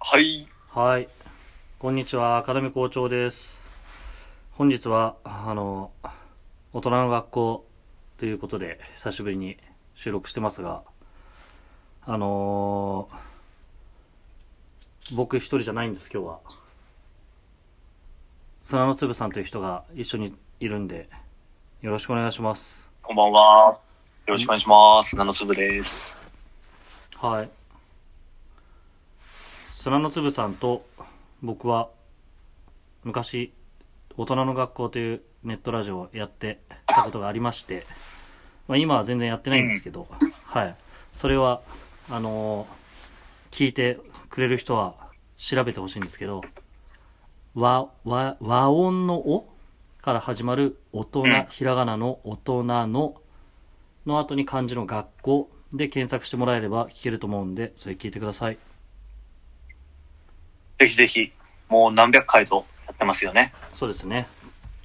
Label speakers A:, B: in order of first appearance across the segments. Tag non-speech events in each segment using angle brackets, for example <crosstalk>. A: はい。
B: はい。こんにちは、赤目校長です。本日は、あの、大人の学校ということで、久しぶりに収録してますが、あのー僕一人じゃないんです、今日は。砂の粒さんという人が一緒にいるんで、よろしくお願いします。
A: こんばんは。よろしくお願いします。ナノスブです。
B: はい。砂の粒さんと僕は昔大人の学校というネットラジオをやってたことがありまして、まあ、今は全然やってないんですけど、はい。それは、あのー聞いてくれる人は調べてほしいんですけど、和、和、和音のおから始まる大人、
A: ん
B: ひらがなの大人のの後に漢字の学校で検索してもらえれば聞けると思うんで、それ聞いてください。
A: ぜひぜひ、もう何百回とやってますよね。
B: そうですね。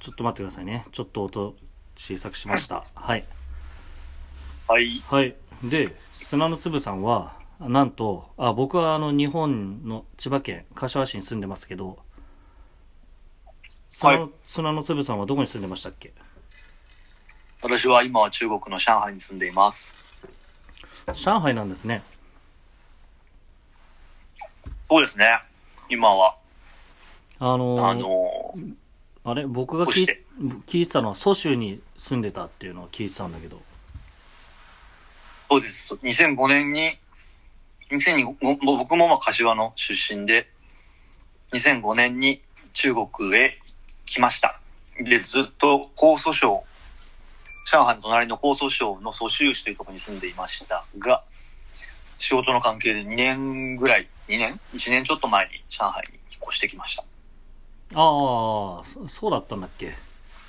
B: ちょっと待ってくださいね。ちょっと音小さくしました。はい。
A: はい。
B: はい。で、砂の粒さんは、なんと、あ、僕はあの、日本の千葉県柏市に住んでますけど、砂の,、
A: は
B: 砂の粒さんはどこに住んでましたっけ
A: 私は今は中国の上海に住んでいます。
B: 上海なんですね。
A: そうですね。今は、
B: あのー
A: あのー、
B: あれ僕が
A: どう
B: 聞
A: し
B: い
A: て
B: 聞いてたのは蘇州に住んでたっていうのを聞いてたんだけど。
A: そうです。2005年に、2005も僕もまあ柏の出身で、2005年に中国へ来ました。で、ずっと江蘇省、上海の隣の江蘇省の蘇州市というところに住んでいましたが、仕事の関係で2年ぐらい、2年 ?1 年ちょっと前に上海に引っ越してきました。
B: ああ、そそうだったんだっけ。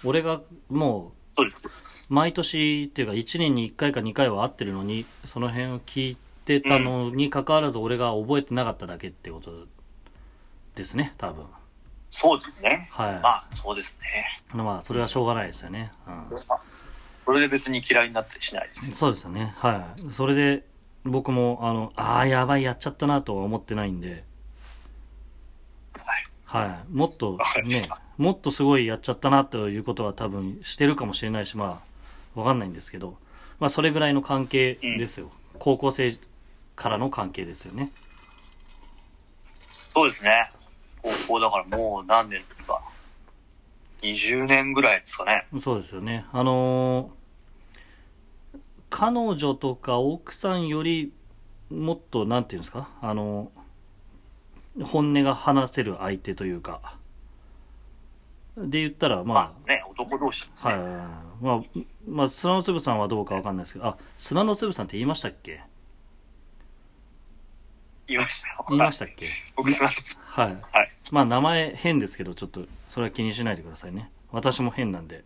B: 俺がもう
A: そうです。そうです
B: 毎年っていうか1年に1回か2回は会ってるのにその辺を聞いてたのに関わらず俺が覚えてなかっただけってことですね多分
A: そうですね。
B: はい
A: まあ、そうですね。
B: まあそれはしょうがないですよね、う
A: それで別に嫌いになったりしないです
B: ん、。そうですよねはいそれで僕もあのああやばいやっちゃったなとは思ってないんで
A: はい。
B: はいもっと
A: わかりま
B: ね
A: した
B: もっとすごいやっちゃったなということは多分してるかもしれないしまあわかんないんですけどまあそれぐらいの関係ですよ、高校生からの関係ですよね
A: そうですね。高校だからもう何年か。20年ぐらいですかね。
B: そうですよね。あのー彼女とか奥さんよりもっと、なんていうんですか、あのー本音が話せる相手というか、で言ったら、ま
A: まあね、男同士ですね。
B: あ、はい、まあ、まあ、砂の粒さんはどうかわかんないですけど、あ、砂の粒さんって言いましたっけ
A: 言いましたよ。
B: 言いましたっけ
A: 僕すなわち
B: はい。
A: はい。
B: まあ、名前変ですけど、ちょっと、それは気にしないでくださいね。私も変なんで。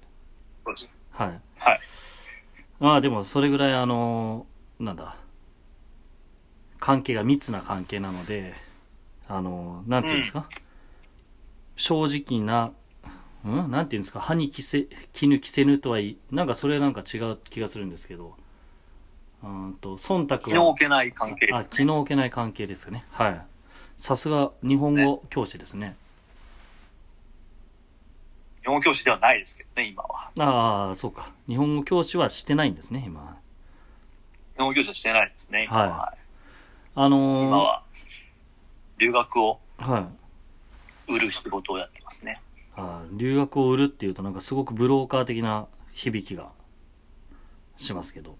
A: そうです。
B: はい。
A: はい。
B: まあでもそれぐらいあのなんだ関係が密な関係なのであのなんていうんですか、正直な、うん、なんていうんですか歯に着せ絹着せぬとはいいなんかそれなんか違う気がするんですけどうーんと忖
A: 気
B: 度
A: の
B: は
A: 置けない関係
B: あ
A: です
B: 気
A: ね。
B: の置けない関係ですよねはいさすが日本語教師ですね
A: 日本教師ではないですけどね、今は。
B: ああそうか日本語教師はしてないんですね今
A: 日本教師はしてないですね。今は。
B: はあ
A: 今
B: のー
A: は留学を
B: はい
A: 売る仕事をやってますね。
B: あー留学を売るっていうとなんかすごくブローカー的な響きがしますけど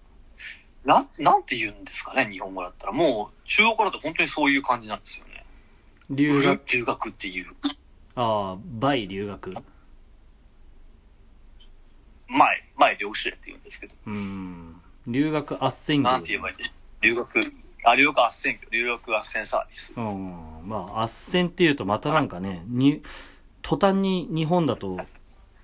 A: なん、なんて言うんですかね、日本語だったら。もう、中国語だと本当にそういう感じなんですよね。
B: 留
A: 売る
B: 学
A: 留学っていう。
B: ああバイ留学
A: 前、前、留学って言うんですけど。
B: うん留学斡旋業
A: なんて言えばいいんでしょう。留学、あ、留学斡旋、留学斡旋サービス。
B: うんまあ斡旋っていうとまたなんかねに途端に日本だと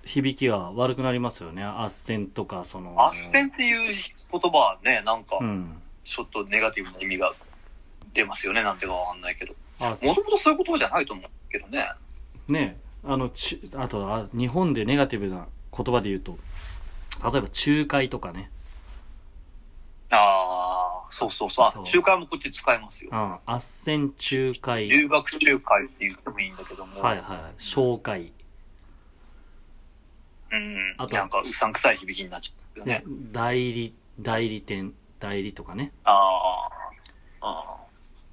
B: 響きが悪くなりますよね斡旋とかその
A: 斡旋っていう言葉はね、なんか
B: う、ん
A: ちょっとネガティブな意味が出ますよね、なんてかわかんないけど。
B: あ
A: もともとそういうことじゃないと思うけどね。
B: ねあのちあとあ日本でネガティブな言葉で言うと例えば仲介とかね
A: あそうそうそう。
B: そ
A: あ
B: う
A: 仲介もこっち使えますよ。
B: うん。斡旋仲介。
A: 留学仲介って言ってもいいんだけども。
B: はいはい。紹介。
A: うん。
B: あと
A: なんか、うさんくさい響きになっちゃうよね。
B: ね、代理、代理店、代理とかね。
A: ああ。あ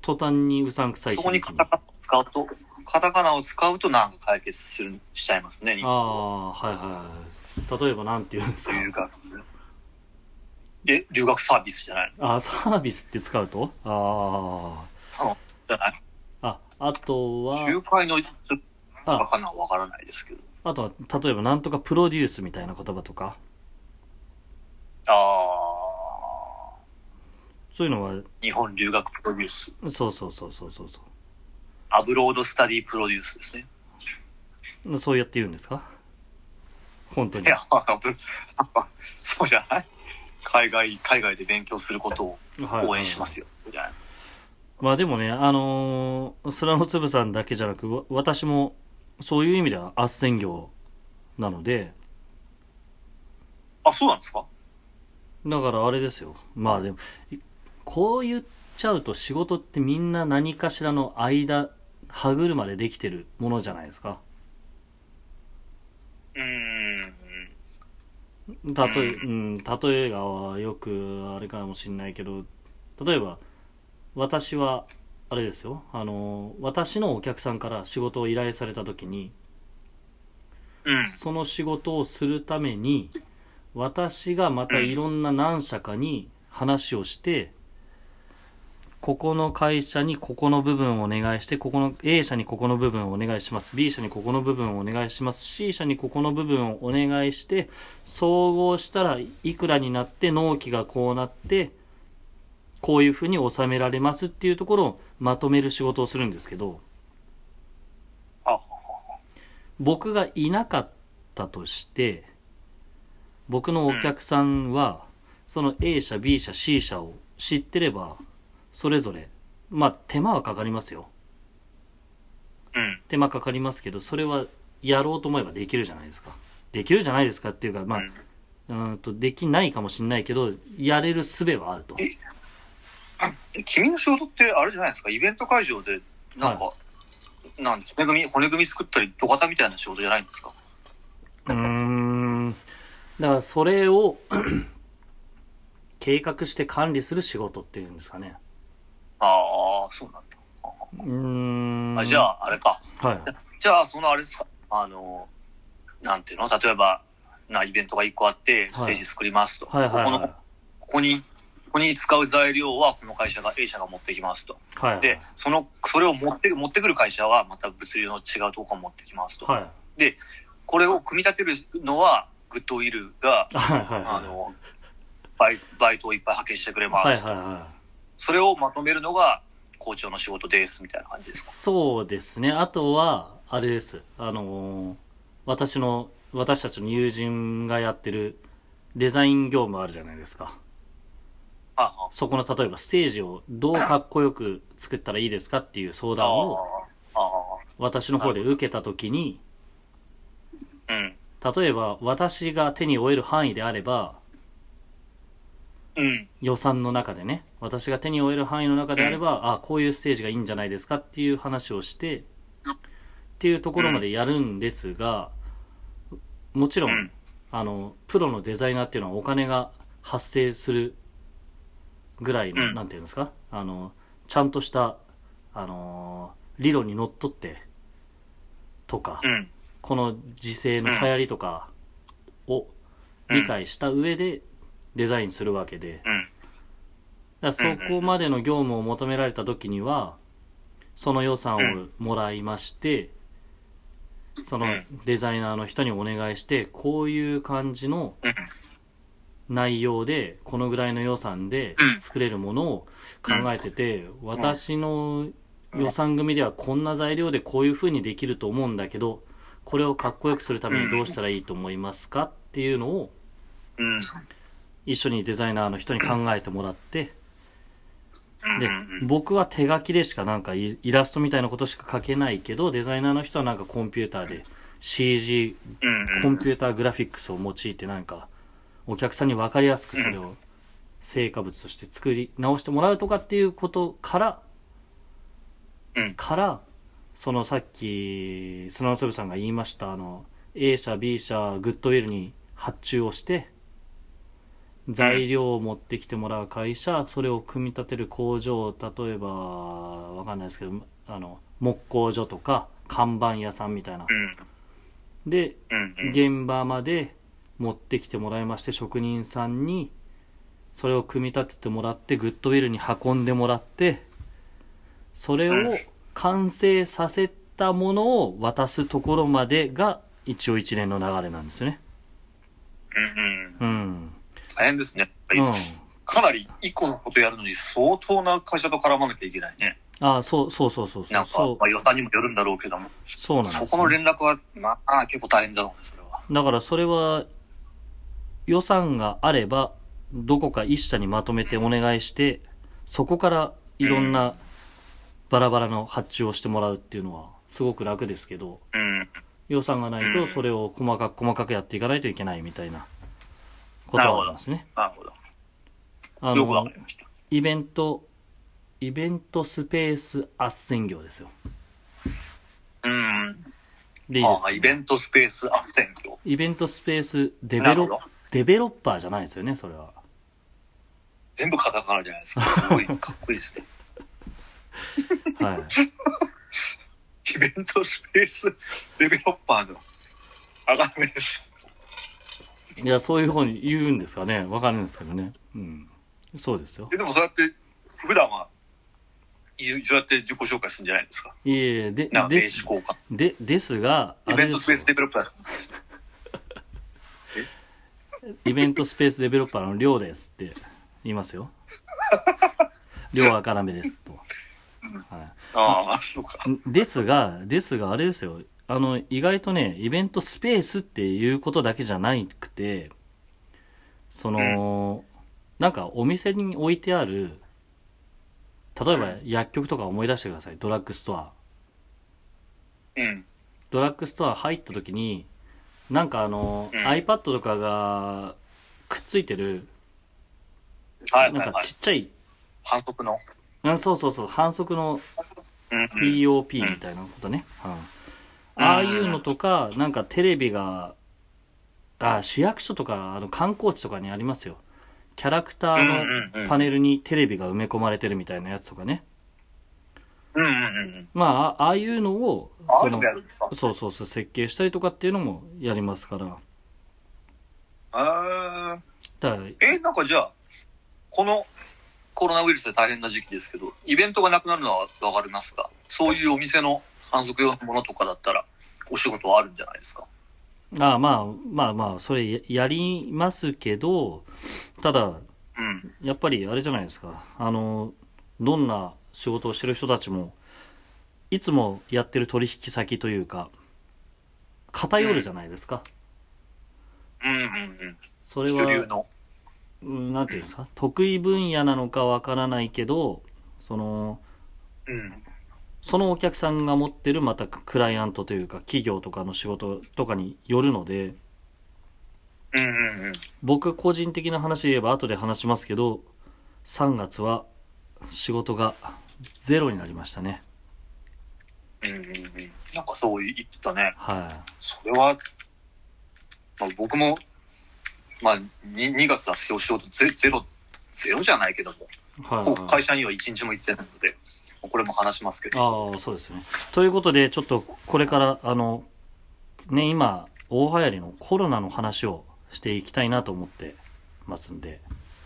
B: 途端にうさんくさい
A: あ。そ
B: 響
A: こに
B: き
A: カ
B: に
A: タカナを使うと、カタカナを使うとなんか解決する、しちゃいますね、日
B: あ
A: 本
B: あ、はいはい。例えばなんて言うんですか。
A: 留学。で、留学サービスじゃない
B: あーサービスって使うとあ
A: のじゃない
B: あ。あ、あと
A: 仲
B: は、
A: 介のちょっとカタ
B: あ、
A: カナはわからないですけど。
B: あとは、例えばなんとかプロデュースみたいな言葉とか、
A: あ
B: そういうのは、
A: ー日本留学プロデュース。
B: そうそうそうそうそうそ
A: アブロードスタディプロデュースですね。
B: う。そうやって言うんですか本当
A: い
B: に。
A: や、アブそうじゃない海外、海外で勉強することを
B: はい
A: 応援しますよ。じゃ
B: まあでもね、あのー、スラノツブさんだけじゃなく、わ私も、そういう意味では、斡旋業なので、
A: あ、あそうなんですか
B: だからあれですよ。まあでも、いこう言っちゃうと仕事ってみんな何かしらの間、歯車でできてるものじゃないですか。
A: うーん。
B: 例え、うん、例えがよくあれかもしんないけど、例えば、私は、あれですよ。あの、私のお客さんから仕事を依頼された時に、
A: うん。
B: その仕事をするために、私がまたいろんな何社かに話をして、ここの会社にここの部分をお願いして、ここの A 社にここの部分をお願いします。B 社にここの部分をお願いします。C 社にここの部分をお願いして、総合したらいくらになって、納期がこうなって、こういうふうに収められますっていうところをまとめる仕事をするんですけど、
A: あ、
B: 僕がいなかったとして、僕のお客さんは、その A 社、B 社、C 社を知ってれば、それぞれ、まあ手間はかかりますよ。
A: うん。
B: 手間かかりますけど、それはやろうと思えばできるじゃないですか。できるじゃないですかっていうか、まあ、
A: うん
B: うーんと、できないかもしれないけど、やれる術はあると。
A: ええ君の仕事ってあれじゃないですかイベント会場で、なんか、なんです骨組み、骨組み作ったり、土方みたいな仕事じゃないんですか
B: うーん。だからそれを、計画して管理する仕事っていうんですかね。
A: ああ、そうなんだ。
B: うーん。
A: あじゃ
B: あ。
A: あ、あれか。
B: はい。
A: じゃあ、そのあれですか、あの、なんていうの例えば、な、イベントが1個あって、ステージ作りますと。
B: はいはい
A: こ
B: は
A: この、ここに、ここに使う材料は、この会社が、A 社が持ってきますと。
B: い。はい。
A: で、その、それを持って、持ってくる会社は、また物流の違うとこから持ってきますと。
B: はい。
A: これを組み立てるのは、グッドウィルが、
B: はいはい
A: あ
B: は
A: の、バイバイトをいっぱい派遣してくれます。
B: い。はいはいは
A: それをまとめるのが、校長の仕事です、みたいな感じで
B: い。
A: すか。
B: そうですね。あとは、あれです。あのー私の、私たちの友人がやってるデザイン業務あるじゃないですか。
A: ああ、
B: そこの例えばステージをどうかっこよく作ったらいいですかっていう相
A: あ
B: 談を
A: あ、あ
B: 私の方で受けたときに、
A: あ、うん。
B: 例えば私が手に負える範囲であれば、
A: うん。
B: 予算の中でね、私が手に負える範囲の中であれば、あこういうステージがいいんじゃないですかっていう話をして、っていうところまでやるんですが、もちろん、
A: うん
B: あの、プロのデザイナーっていうのはお金が発生するぐらいの、
A: うん
B: なんていうんですか、あの、ちゃんとした、あのー理論にのっとって、とか、
A: うん。
B: この時勢の流行りとかを理解した上でデザインするわけで、
A: うん。
B: だからそこまでの業務を求められた時には、その予算をもらいまして、その
A: うん
B: デザイナーの人にお願いして、こういう感じの
A: うん。
B: 内容で、このぐらいの予算で
A: うん
B: 作れるものを考えてて、私の予算組ではこんな材料でこういう風にできると思うんだけど、これをかっこよくするためにどうしたらいいと思いますかっていうのを、
A: うん。
B: 一緒にデザイナーの人に考えてもらって、
A: うん
B: で、僕は手書きでしかなんかイイラストみたいなことしか書けないけど、デザイナーの人はなんかコンピューターで CG、
A: うん。
B: コンピューターグラフィックスを用いてなんか、お客さんに分かりやすくそれを成果物として作り直してもらうとかっていうことから、
A: うん
B: から、そのさっき、砂の粒さんが言いました、あの、A 社、B 社、グッドウィルに発注をして、材料を持ってきてもらう会社、それを組み立てる工場、例えば、わかんないですけど、あの、木工所とか、看板屋さんみたいな
A: う。ん。
B: で、
A: うん。うん。
B: 現場まで持ってきてもらいまして職人さんにそれを組み立ててもらってグッドウィルに運んでもらってそれ
A: う
B: を
A: ん
B: 完成させたものを渡すところまでが一応一連の流れなんですよね
A: うんうん。
B: うん、
A: 大変ですね。
B: う
A: や
B: ん
A: っぱり、かなり一個のことやるのに相当な会社と絡まなきゃいけないね。
B: ああそうそうそうそうそ
A: なん
B: う
A: か、
B: そう
A: まあ予算にもよるんだろうけども、
B: そうなんです、
A: そ
B: ね、
A: この連絡は、まあ、結構大変だろうね、それは。
B: だからそれは予算があればどこか一社にまとめてお願いしてそこからいろんなバラバラの発注をしてもらうっていうのはすごく楽ですけど
A: うん。
B: 予算がないとそれを細かく細かくやっていかないといけないみたいなことはありますね。
A: なるほど。
B: あ
A: よくわ
B: の
A: かりました。
B: イベントイベントスペース斡旋業ですよ。
A: うん。
B: でいい
A: あ
B: ですか
A: あイベントスペース斡旋業。
B: イベントスペースデ
A: な
B: ベ
A: る
B: ロ
A: ほど。
B: デベロッパーじゃないですよねそれは。
A: 全部カタカナじゃないですか。すごい <laughs> かっこいいですね。
B: はい
A: イベントスペースデベロッパーの、あがめです。
B: いや、そういう方に言うんですかね。わかるんですけどね。うん。そうですよ。
A: えでもそうやって、普段は、いうそうやって自己紹介するんじゃないですか。
B: いえいえ、で
A: な、んか名
B: で
A: 刺
B: す、
A: 交換。
B: で、ですが、
A: イ
B: あ
A: ベ
B: れ
A: ン
B: で
A: トス
B: す
A: ペ
B: よ
A: ースデベロッパーです。
B: イベントスペースデベロッパーのりょうですって言い
A: <laughs>
B: ますよ。りょうあかなめですと。は
A: ああ、そうか。
B: い。んですが、ですが、あれですよ。あの、意外とね、イベントスペースっていうことだけじゃなくて、その、なんかお店に置いてある、例えば薬局とか思い出してください。ドラッグストア。
A: うん。
B: ドラッグストア入った時になんかあの、
A: うん
B: iPad とかがくっついてる
A: は
B: ない
A: はいは
B: んか
A: い
B: ち。っちゃい、
A: 反則の。
B: うんそうそうそう反則の
A: うんうん
B: POP みたいなことね、うんああいうのとかなんかテレビがあ市役所とかあの観光地とかにありますよキャラクタ
A: うん
B: ー
A: うんう
B: の
A: ん
B: パネルにテレビが埋め込まれてるみたいなやつとかね
A: うんうんうん。
B: まああああいうのを
A: ああ
B: そ
A: いうの
B: の
A: もやるんですか
B: そうそうそう設計したりとかっていうのもやりますから
A: あ
B: だから
A: ーえ、なんかじゃあ、このコロナウイルスで大変な時期ですけど、イベントがなくなるのはわかりますが、そういうお店の反則用のものとかだったら、お仕事はあるんじゃないですか。
B: ああまあまあまあ、それややりますけど、ただ、
A: うん。
B: やっぱりあれじゃないですか。あの、どんな仕事をしてる人たちも、いつもやってる取引先というか、偏るじゃないですか。
A: うんうん
B: そ
A: うん。
B: れ
A: 主流
B: は、
A: の。
B: うんなんていうんですか、得意分野なのかわからないけど、その、
A: うん。
B: そのお客さんが持ってるまたクライアントというか、企業とかの仕事とかによるので、
A: うんうんうん。
B: 僕個人的な話言えば後で話しますけど3月は仕事がゼロになりましたね
A: うんうんうん。なんかそう言ってたね。
B: は
A: それは、まあ、僕も、まあ、に 2, 月だけお仕事ゼゼロ、ゼロじゃないけども、
B: いはい、
A: こう
B: は
A: 会
B: い、
A: 社には一日も行ってないので、これも話しますけど。
B: ああそうですねということでちょっとこれからあのね今大流行りのコロナの話をしていきたいなと思ってますんで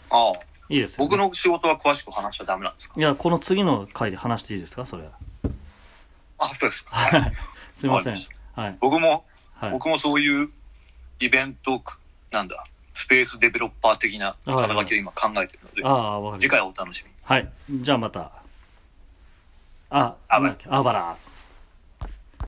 A: ああ、
B: いいですよ、ね、
A: 僕の仕事は詳しく話しちゃダメなんですか
B: いやこの次の回で話していいですかそれ
A: あ、そうですか。
B: すいません
A: わかり
B: はい
A: 僕も、
B: はい
A: 僕もそういうイベント、なんだ、スペースデベロッパー的な肩書きを今考えてるので、
B: ああわかりました
A: 次回お楽しみに。
B: はい。じゃあまた。あ、
A: あばら
B: なんだっけあばら。